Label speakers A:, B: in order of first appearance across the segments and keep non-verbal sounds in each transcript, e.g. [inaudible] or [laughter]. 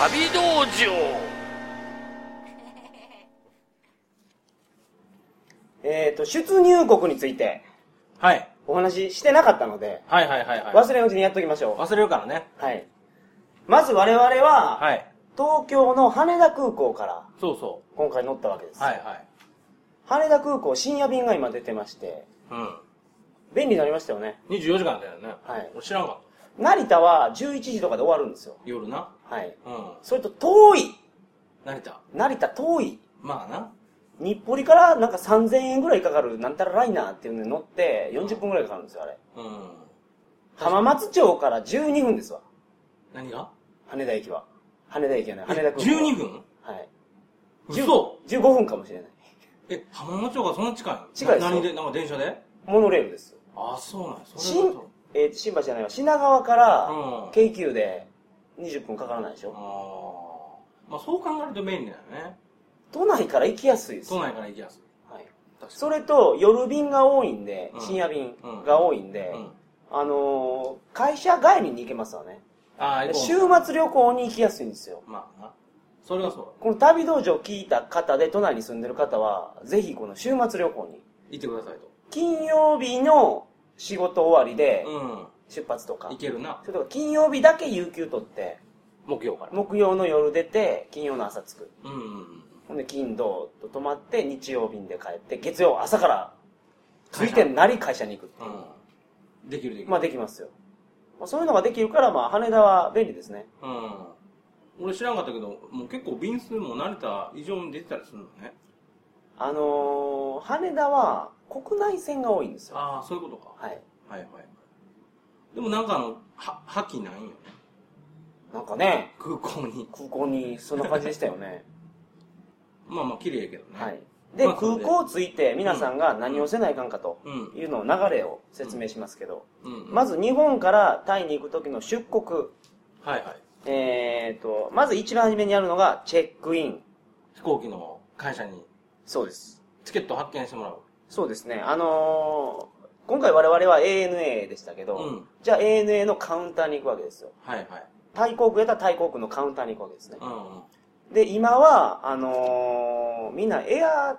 A: 旅道場
B: えっ、と、出入国について
C: はい。
B: お話ししてなかったので、
C: はいはいはいはい。
B: 忘れんうちにやっときましょ
C: 忘れるからね。
B: う。はい。まず我々は、
C: はい。
B: 東京の羽田空港から
C: そうそ
B: 今回乗ったわけです。
C: う。はいはい。
B: 羽田空港深夜便が今出てまして、
C: う
B: 便利になりましたよね。
C: ん。24時間だよね。
B: はい
C: 俺知らんかった。
B: 成田は11時とかで終わるんですよ。
C: 夜な。
B: はい。
C: うん。
B: それと遠い
C: 成田。
B: 成田遠い
C: まあな。
B: 日暮里からなんか3000円ぐらいかかるなんたらライナーっていうのに乗って40分ぐらいかかるんですよ、あれ。
C: うん。
B: 浜松町から12分ですわ。
C: 何が
B: 羽田駅は。羽田駅じゃない、羽田空港。
C: ?12 分
B: はい。10
C: 嘘
B: 15分かもしれない。
C: え、浜松町がそんな近いの
B: 近いですよ
C: な何でなんか電車で
B: モノレールです。
C: あ、そうなんやそれ
B: 新
C: だと。、
B: えー新橋じゃないわ。品川から
C: うん、
B: 京急で20分かからないでし
C: あ
B: ょ。
C: ーまあそう考えると便利だよね。
B: 都内から行きやすいです。
C: 都
B: は
C: 内から行きやすい。
B: い。
C: 確か
B: それと、夜便が多いんで、
C: うん
B: 深夜便が多いんで、
C: に。うん。
B: あのー会社帰りに行けますわね。
C: ああ、行こう
B: 週末旅行に行きやすいんですよ。
C: まあな。それはそうだ。
B: この旅道場を聞いた方で、都内に住んでる方は、ぜひこの週末旅行に。
C: 行ってくださいと。
B: 金曜日の仕事終わりで
C: うん。
B: 出発とか。
C: 行けるな。
B: それとか金曜日だけ有給取って、
C: 木曜から。
B: 木曜の夜出て、金曜の朝着く。
C: うんうんうん。
B: ほんで、金、土と泊まって、日曜便で帰って、月曜朝から、つ
C: 会
B: い
C: 社
B: てなり会社に行くっていう。
C: うん。できるできる。
B: まあ、できますよ。まあ、そういうのができるから、まあ、羽田は便利ですね。
C: うん。俺知らんかったけど、もう結構便数も成田以上に出てたりするのね。
B: あのー、羽田は国内線が多いんですよ。
C: ああ、そういうことか。
B: はい。
C: はいはいはい。でもなんかあの、は、覇気ないんよね。
B: なんかね、
C: 空港に。
B: 空港にそんな感じでしたよね。
C: まあまあ綺麗やけど [laughs] ね。
B: はい。で、
C: まあそう
B: 空
C: ね
B: 港着いて、皆さんが何をせないかんかと
C: うん。
B: いうのを流れを説明しますけど、
C: うん、
B: まず日本からタイに行く時の出国。
C: はいはい。
B: えーと、まず一番初めにやるのが、チェックイン。
C: 飛行機の会社に
B: そうです。
C: チケット発券してもらう。
B: そうですね。あのー今回我々は ANA でしたけど、
C: うん
B: じゃあ ANA のカウンターに行くわけですよ。
C: はいはい。
B: タイ航空やったらタイ航空のカウンターに行くわけですね
C: う。んうん。
B: で、今は、あのーみんなエア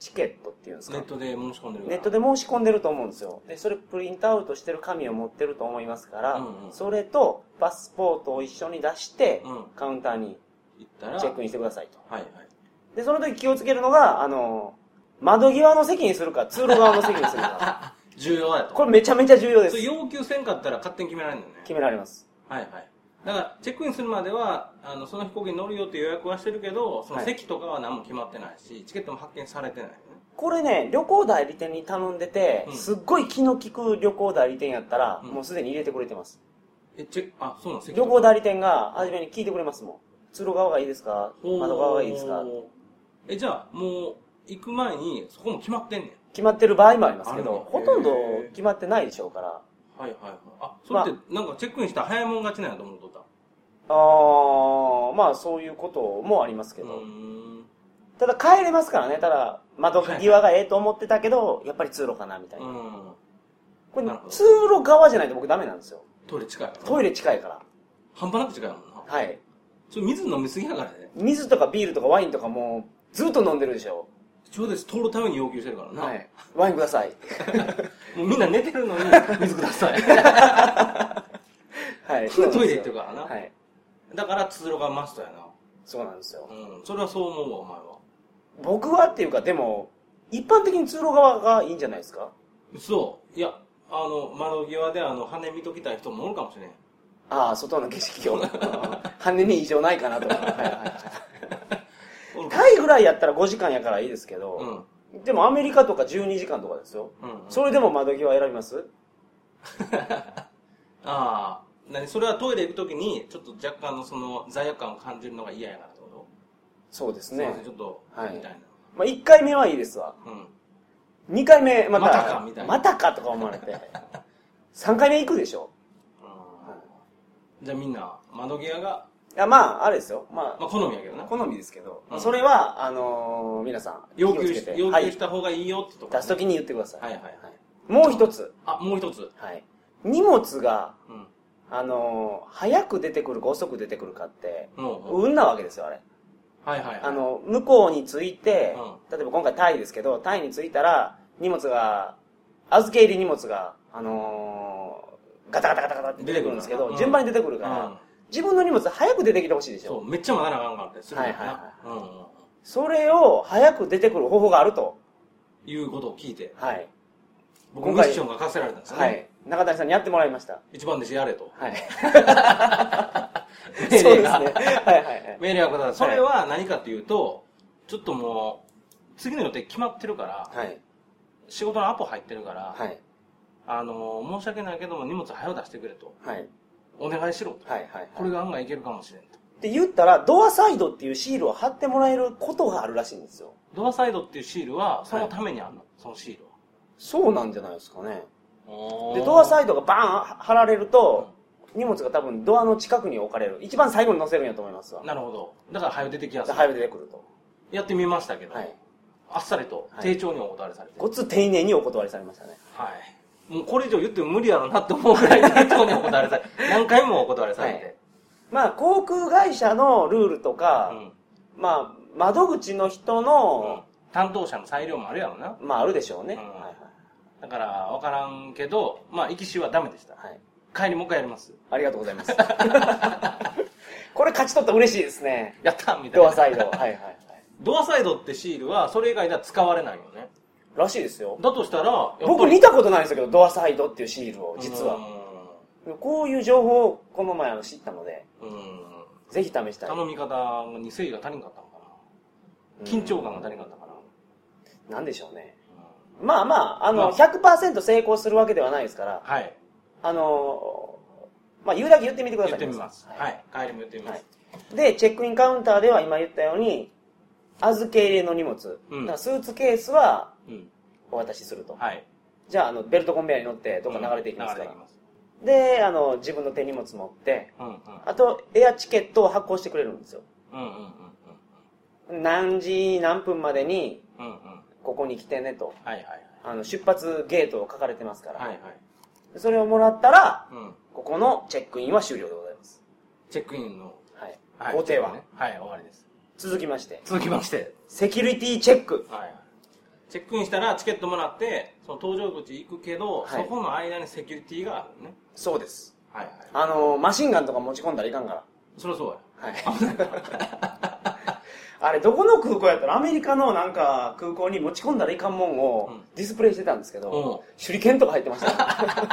B: チケットっていうんですか
C: ネットで申し込んでるから。
B: ネット
C: で。
B: で申し込んでると思うんですよ。で、それプリントアウトしてる紙を持ってると思いますから、
C: うんうん
B: それとパスポートを一緒に出して、
C: うん
B: カウンターに
C: 行ったら。
B: チェックインしてくださいと。
C: はいはい。
B: で、その時気をつけるのが、あのー窓際の席にするか、通路側の席にする
C: [laughs]
B: か。
C: あ、重要だと。
B: これめちゃめちゃ重要で
C: そ
B: す
C: れ。要求せんかったら勝手に決められるのね。
B: 決められます。
C: はいはい。だから、チェックインするまでは、あの、その飛行機に乗るよって予約はしてるけど、その席とかは何も決まってないし、チケットも発券されてないよね。
B: これね、旅行代理店に頼んでて、
C: うん
B: すっごい気の利く旅行代理店やったら、
C: うん
B: もうすでに入れてくれてます。
C: え、チェック、あ、そうなの、席
B: 旅行代理店が初めに聞いてくれますもん。通路側がいいですか
C: おー
B: 窓側がいいですか
C: え、じゃあ、もう、行く前に、そこも決まってんねん。
B: 決まってる場合もありますけ
C: ある
B: ど
C: の、
B: ほとんど決まってないでしょうから。
C: はいはいはい。あ、それって、なんかチェックインしたら早いもん勝ちなんやと思うとった。
B: あー、まあそういうこともありますけ
C: う
B: ど。
C: ーん。
B: ただ帰れますからね、ただ窓際がええと思ってたけど、やっぱり通路かなみたいな。
C: うん。
B: これ
C: なるほど
B: 通路側じゃないと僕ダメなんですよ。
C: トイレ近いからな。
B: トイレ近いから。
C: 半端なく近いもんな。
B: はい。
C: ちょ、水飲みすぎやからね。
B: 水とかビールとかワインとかもうずっと飲んでるでしょ。
C: ちょうどです、通るために要求してるからな。
B: はい。ワインください。
C: もうみんな寝てるのに、水く
B: [laughs]
C: ださい。
B: はい。
C: トイレ行ってるからな
B: はい。
C: だから通路がマストやな。
B: そうなんですよ。
C: うん。それはそう思うわ、お前は。
B: 僕はっていうか、でも、一般的に通路側がいいんじゃないですか
C: そう。いや、あの、窓際であの、羽見ときたい人もおるかもしれん。
B: ああ、外の景色を。羽に異常ないかなとか。はいはい
C: お
B: はい
C: るか
B: タイぐらいやったら5時間やからいいですけ
C: う
B: ど、
C: ん。
B: でもアメリカとか12時間とかですよ。
C: うん、うん。
B: それでも窓際選びます
C: ああ。なに、それはトイレ行くときに、ちょっと若干のその、罪悪感を感じるのが嫌やからってこ
B: そうです
C: とそ
B: ね
C: うです。ね、ちょっと、
B: はい
C: みたい
B: まあ1回目はいいですわ。
C: な。うん。
B: 2回目、また、
C: またかみたいな
B: またかとか思われて。3回目行くでしょ
C: じゃあみんな、窓際が、
B: いや、まあ、あれですよ。まあ、
C: まあ好みやけどな。
B: 好みですけど、
C: うん
B: それは、あのー皆さん、
C: 要
B: 気を
C: 求
B: つ
C: し
B: けて
C: 要
B: は
C: 求
B: い
C: した方がいいよってとこ、
B: 出すときに言ってください。
C: はいはいはい。
B: もう一つ、
C: あ、もう一つ。
B: はい。荷物が
C: うん。
B: あの、早く出てくるか遅く出てくるかって、
C: うんうん
B: 運なわけですよ、あれ。
C: はいはいはい
B: あの、向こうに着いて、例えば今回タイですけど、タイに着いたら、荷物が、預け入り荷物が、あのーガタガタガタガタって出てくるんですけ
C: 出てくる
B: ど、
C: から
B: 順番に出てくる
C: うん
B: から、自分の荷物早く出てきてほしいでし
C: そ
B: ょ。
C: うめっちゃ待たなあかんかったりするから
B: はいはい
C: なうんうんうん
B: それを早く出てくる方法があると。
C: いうことを聞いて
B: はい。
C: 僕
B: 今
C: ミッ
B: 回
C: ションが課せられたんですよね、
B: はい。中谷さんにやってもらいました。
C: 一番弟子やれと
B: はい。
C: [laughs]
B: そうで
C: 命
B: すね。
C: 令
B: は
C: が
B: いはいはい。
C: 命令が下されたそれは何かというとちょっともう次の予定決まってるから、
B: はい。
C: 仕事のアポ入ってるから、
B: はい。
C: あの申し訳ないけども荷物早う出してくれと
B: はい。
C: お願いしろと
B: はい。はい。
C: これが案外いけるかもしれんと
B: って言ったら、ドアサイドっていうシールを貼ってもらえることがあるらしいんですよ。
C: ドアサイドっていうシールはそのためにあるの、そのシール
B: そうなんじゃないですかね。
C: は
B: で、ドア
C: イ
B: サイドがバーン貼られると、荷物が多分ドアの近くに置かれる。一番最後に載せるんやと思いますわ。
C: なるほどだから早う出てきやす
B: で
C: い、
B: 早く出てくると。
C: やってみましたけど、
B: はい。
C: あっさりと
B: はい
C: 丁重にお断りされて、
B: ごっつ丁寧にお断りされましたね。
C: はい。もうこれ以上言っても無理やろなって思うぐらい適当にお断
B: [laughs]
C: りされ、何回もお断りされて。
B: まあ、航空会社のルールとか、
C: うん
B: まあ、窓口の人の、
C: 担当者の裁量もあるやろな。
B: まあ、あるでしょうね。
C: うん
B: はい
C: だから、わからんけど、まあ、行きしはダメでした。
B: はい。はい。
C: 帰りもう一回やります。
B: ありがとうございます。 [laughs] これ勝ち取ったら嬉しいですね。
C: やったみたい
B: ド
C: な
B: ア。サイド。はいはいはい。
C: ドアサイドってシールは、それ以外では使われないよね。
B: らしいですよ。
C: だとしたら、やっぱり
B: 僕見たことないんですけど、ドアサイドっていうシールを、実は。。こういう情報をこの前あの知ったので、
C: うんうん。
B: ぜひ試したい。
C: 頼み方に誠意が足りんかったのか
B: うん
C: な。緊張感が足りんかったかな。
B: なんでしょうね。
C: うん
B: まあまあ、あ
C: ま
B: の、
C: あ
B: 100%成功するわけではないですから、
C: はい。
B: あの、まあ言うだけ言ってみてくだ
C: 言
B: さ
C: っ
B: い。
C: てみます。
B: はい
C: はい。帰りも言ってみます。
B: で、チェックインカウンターでは今言ったように、預け入れの荷物、
C: うん
B: だからスーツケースは
C: うん。
B: お渡しすると。
C: はい。
B: じゃあ、あの、ベルトコンベヤーに乗ってどっか流れていきますから。
C: うん流れていきます。
B: で、あの、自分の手荷物持って、
C: うんうん
B: あと、エアチケットを発行してくれるんですよ。
C: うんうん
B: 何時何分までに、
C: うんうんうんうん
B: ここに来てねと。
C: はいはいはい
B: あの、出発ゲートを書かれてますから。
C: はいはい
B: それをもらったら、
C: うん
B: ここのチェックインは終了でございます。
C: チェックインの
B: はい。
C: はい
B: 工程は、
C: チェックインねはい終わりです
B: 続きまして、
C: 続きまして
B: セキュリティチェック。
C: はいチェックインしたらチケットもらってその搭乗口行くけど、
B: はい
C: そこの間にセキュリティがあるね
B: そうです。
C: はいはい
B: あの、マシンガンとか持ち込んだらいかんから。
C: そりゃそうや
B: はい。 [laughs] あれ、どこの空港やったらアメリカのなんか空港に持ち込んだらいかんもんを
C: うん
B: ディスプレイしてたんですけど、
C: う
B: 手裏剣とか入ってましたね、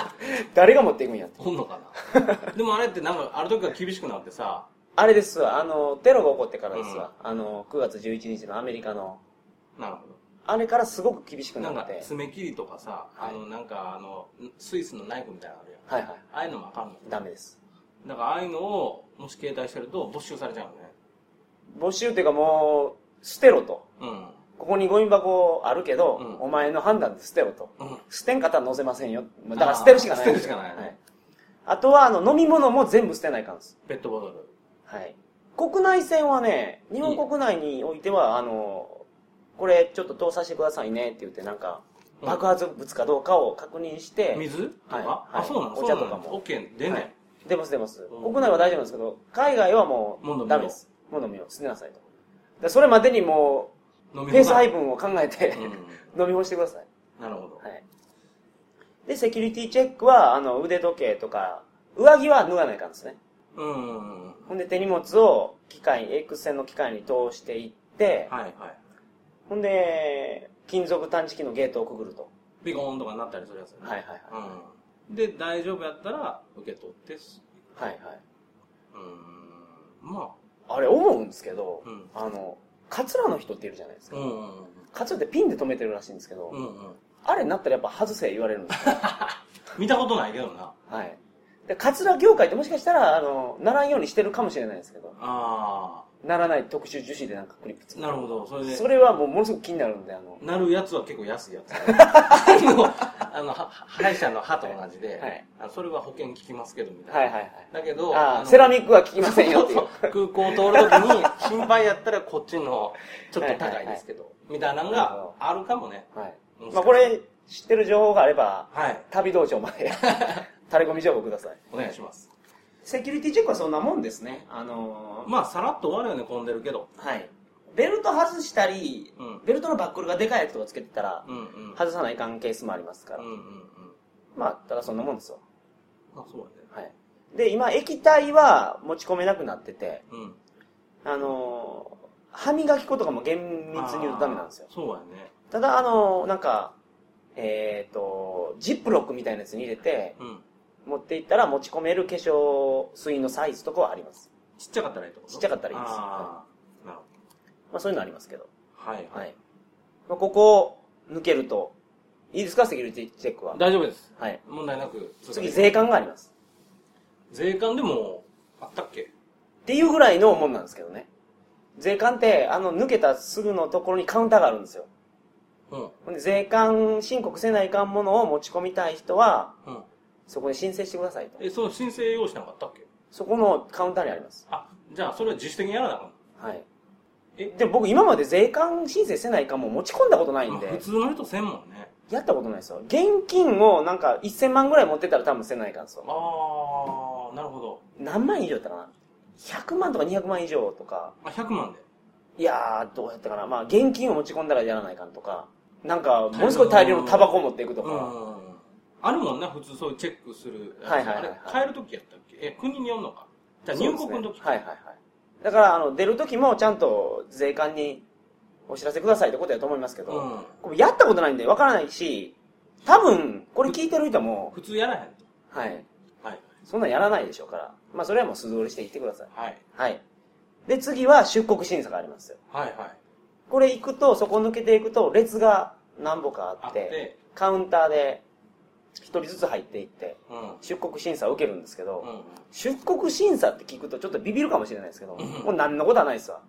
C: [laughs]
B: 誰が持っていくんやって。
C: おんのか [laughs] なでもあれってなんかある時から厳しくなってさ
B: あれですわ、あの、テロが起こってからですわ、あの、9月11日のアメリカの、
C: なるほ
B: あれからすごく厳しく
C: ど
B: な
C: なん
B: っ
C: か
B: て。
C: 爪切りとかさ、
B: はい
C: あのなんかあのスイスのナイフみたいなのあるや
B: はい
C: ん
B: はい。
C: ああいうのもあかんの
B: ダメです。
C: だからああいうのをもし携帯してると没収されちゃうよね
B: 募集っていうかもう、捨てろと。
C: うん
B: ここにゴミ箱あるけど、
C: うん
B: お前の判断で捨てろと。
C: うん
B: 捨てんかったら載せませんよ。だから捨てるしかないん
C: あー
B: で
C: 捨
B: す
C: て
B: よ。
C: るしかないね
B: はいあとは、あの、飲み物も全部捨てないかんです。
C: ペットボトル。
B: はい。国内線はね、日本国内においては、あの、これちょっと通させてくださいねって言って、なんか、
C: うん
B: 爆発物かどうかを確認して、
C: 水とか、
B: はい
C: あ、
B: はい
C: そうなの
B: お茶とかも
C: オッケー、出な
B: はいい。出ます出ます。
C: うん
B: 国内は大丈夫なんですけど、海外はも
C: もう飲みよう
B: う、ダメです。もう飲みを捨てなさいと。でそれまでにも
C: 飲
B: う、
C: み
B: ペース
C: 放題
B: 配分を考えて、
C: う
B: 飲み干してください。
C: んなるほど。
B: はい。で、セキュリティチェックは、あの、腕時計とか、上着は脱がないかんですね。
C: うん。は
B: ほんで、手荷物を機械、X 線の機械に通していって
C: い、は
B: ほんで、金属探知機のゲートをくぐると。
C: い。ビコーンとかになったりするやつね。
B: はいはいはい。
C: うん。で、大丈夫やったら、受け取ってす。
B: はいはい。
C: うん。ま
B: あれ、思うんですけど
C: あ、、うん。
B: あの、カツラの人っているじゃないですか。
C: うんうん
B: カツラってピンで止めてるらしいんですけど、
C: うん。うんうん。
B: あれになったらやっぱ外せ言われるんですよ。
C: 見たことないけどな。
B: はい。で、カツラ業界ってもしかしたら、あの、ならんようにしてるかもしれないですけど、
C: あ
B: ならない特殊樹脂でなんかクリップつ
C: あ。なるほど。それで。
B: それはもうものすごく気になるんで、あの、
C: なるやつは結構安いや
B: [laughs]
C: つ。あの、あのは歯医者の歯と同じで、
B: はい
C: あのそれは保険効きますけど、みたいな。
B: はいはいはい。
C: だけど、
B: あ
C: あ
B: あ、
C: の
B: セラミックは効きませんよっていう。 [laughs]
C: 空港通るときに、心配やったらこっちの、ちょっと高いですけど、みたいなのがあるかもね。
B: はい。
C: もしかした
B: ま
C: ら
B: あこ、れ、知ってる情報があれば、
C: はい、 [laughs]
B: 旅道場まで、タレコミ情報ください。
C: お願いします。
B: セキュリティチェックはそんなもんですね。あのー
C: まあ、さらっと終わるよね、混んでるけど。
B: はい。ベルト外したり、
C: うん
B: ベルトのバックルがでかいやつとかつけてたら、
C: うんうん。
B: 外さない関係数もありますから。
C: うんうんうん。
B: まあ、ただそんなもんですよ。
C: まあ、そうだね。
B: はい。で、今、液体は持ち込めなくなってて、
C: うん。
B: あのー歯磨き粉とかも厳密に言うとダメなんですよ
C: あ。ーそうやね。
B: ただ、あのーなんか、えっ、と、ジップロックみたいなやつに入れて、
C: うん。
B: 持っていったら持ち込める化粧水のサイズとかはあります。
C: ちっちゃかったらいいってこと
B: ちっちゃかったらいいです
C: ああ。なるほ
B: まあ、そういうのありますけど。
C: ど。はいは。
B: はいい。まあ、ここを抜けると、いいですかセキュリティチェックは。
C: 大丈夫です。
B: はい。
C: 問題なく。
B: 次、税関があります。
C: 税関でも、あったっけ
B: っていうぐらいのもんなんですけどね。税関って、あの、抜けたすぐのところにカウンターがあるんですよ。
C: うん。うん。
B: ほんで税関申告せないかんものを持ち込みたい人は、そこに申請してくださいと。
C: え、その申請用紙なんかあったっけ
B: そこのカウンターにあります。
C: あ、じゃあ、それは自主的にやらなあかん。
B: はい。
C: え
B: でも僕今まで税関申請せないかんも持ち込んだことないん
C: まあ普
B: で、
C: 通の人せんもんね。
B: やったことないですよ。現金をなんか1000万ぐらい持ってたら多分せないかんですよ。
C: ああ、なるほど。
B: 何万以上やったかな ?100 万とか200万以上とか。
C: あ、100万で。
B: いやー、どうやったかな。まあ、現金を持ち込んだらやらないかんとか。なんか、ものすごい大量のタバコを持っていくと
C: うんうん
B: か。
C: うんうん。あるもんな、普通そういうチェックする。
B: はいはいはいはい
C: あれ、帰るときやったっけえ、国によんのか。じゃあ、入国のとき、
B: そうですねはいはいはい。だから、あの、出る時もちゃんと税関にお知らせくださいってことやと思いますけど、
C: うん。
B: これやったことないんでわからないし、多分、これ聞いてる人も、
C: 普通やらへんと。
B: はい。
C: はい。
B: そんなんやらないでしょうから。まあ、それはもう素通りしていってください。
C: はい。
B: はい。で、次は出国審査がありますよ。
C: はいはい。
B: これ行くと、そこ抜けていくと、列が何歩か
C: あって、
B: カウンターで一人ずつ入っていって
C: うん。うん
B: 出国審査を受けるんですけど、
C: うん。
B: 出国審査って聞くとちょっとビビるかもしれないですけど、
C: うん
B: もう何のことはないですわ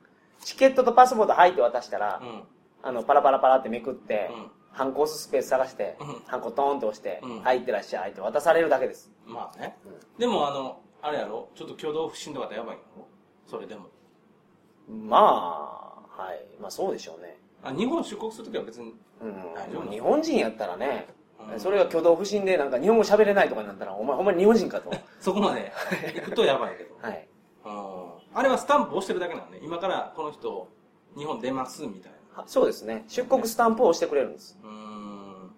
B: チケットとパスポート入って渡したら、
C: うん。
B: あのパラパラパラってめくって、
C: うん
B: ハンコ押すスペース探して、
C: うん
B: ハンコトーンと押して、
C: うん
B: 入ってらっしゃいって渡されるだけです
C: まあね。でも、あの、あれやろちょっと挙動不審とかってやばいんやろそれでも。
B: まあはいまあそうでしょうね、
C: あ、日本出国するときは別に。大丈
B: う
C: 夫
B: ん、日本人やったらね、
C: うん
B: それが挙動不審でなんか日本語喋れないとかになったらお前ほんまに日本人かと
C: そこまで行くとやばいけど。
B: はい
C: うんあれはスタンプ押してるだけなんで、今からこの人、日本出ますみたい
B: はそうですね出国スタンプを押してくれるんです
C: な。うーん。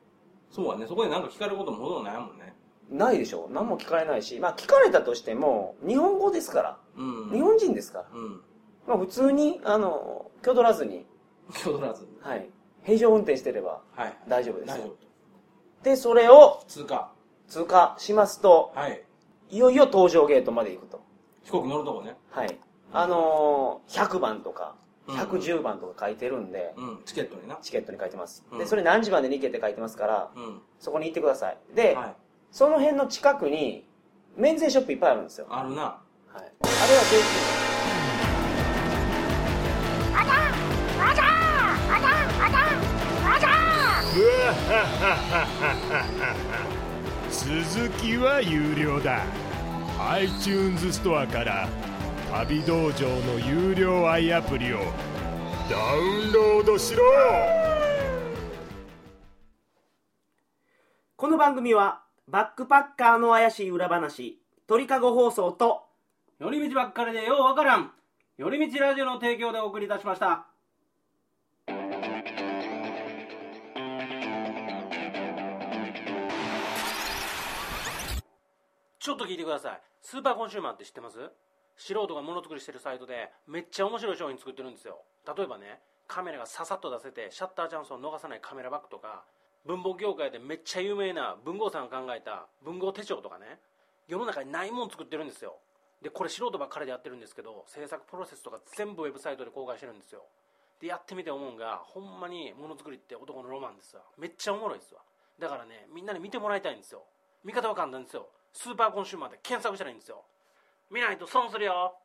C: そうはね、そこでなんか聞かれることもほとんどないもんね。
B: ないでしょ何も聞かれないし、まあ聞かれたとしても、日本語ですから、
C: うん。
B: 日本人ですから、
C: うん。
B: まあ普通に、あの、気を取らずに、
C: 気を取らず。
B: はい、平常運転してれば
C: はい。
B: 大丈夫です
C: 大丈夫。
B: で、それを
C: 通過。
B: 通過しますと、
C: はい。
B: いよいよ搭乗ゲートまで行くと。
C: 飛行機乗るとこね。
B: はい。あのー、100番とか、
C: うん
B: 110番とか書いてるんで、
C: うん。チケットにな。
B: チケットに書いてます。
C: う
B: で、
C: ん
B: それ何時までに行けって書いてますから、
C: うん。
B: そこに行ってください。で、
C: はい。
B: その辺の近くに、免税ショップいっぱいあるんですよ。
C: あるな。
B: はい、あれは税金
A: [laughs] 続きは有料だ iTunes ストアから旅道場の有料 i アプリをダウンロードしろ
D: この番組はバックパッカーの怪しい裏話鳥かご放送と
C: 寄り道ばっかりでようわからん。寄り道ラジオの提供でお送りいたしました。
E: ちょっと聞いてください。スーパーコンシューマーって知ってます素人がものづくりしてるサイトでめっちゃ面白い商品作ってるんですよ。例えばね、カメラがささっと出せてシャッターチャンスを逃さないカメラバッグとか、文房具業界でめっちゃ有名な文豪さんが考えた文豪手帳とかね、世の中にないもん作ってるんですよ。で、これ素人ばっかりでやってるんですけど、制作プロセスとか全部ウェブサイトで公開してるんですよ。で、やってみて思うんが、ほんまにものづくりって男のロマンですわ。めっちゃおもろいですわ。だからね、みんなに見てもらいたいんですよ。見方は簡単ですよ。スーパーコンシューマーで検索したらいいんですよ。見ないと損するよ。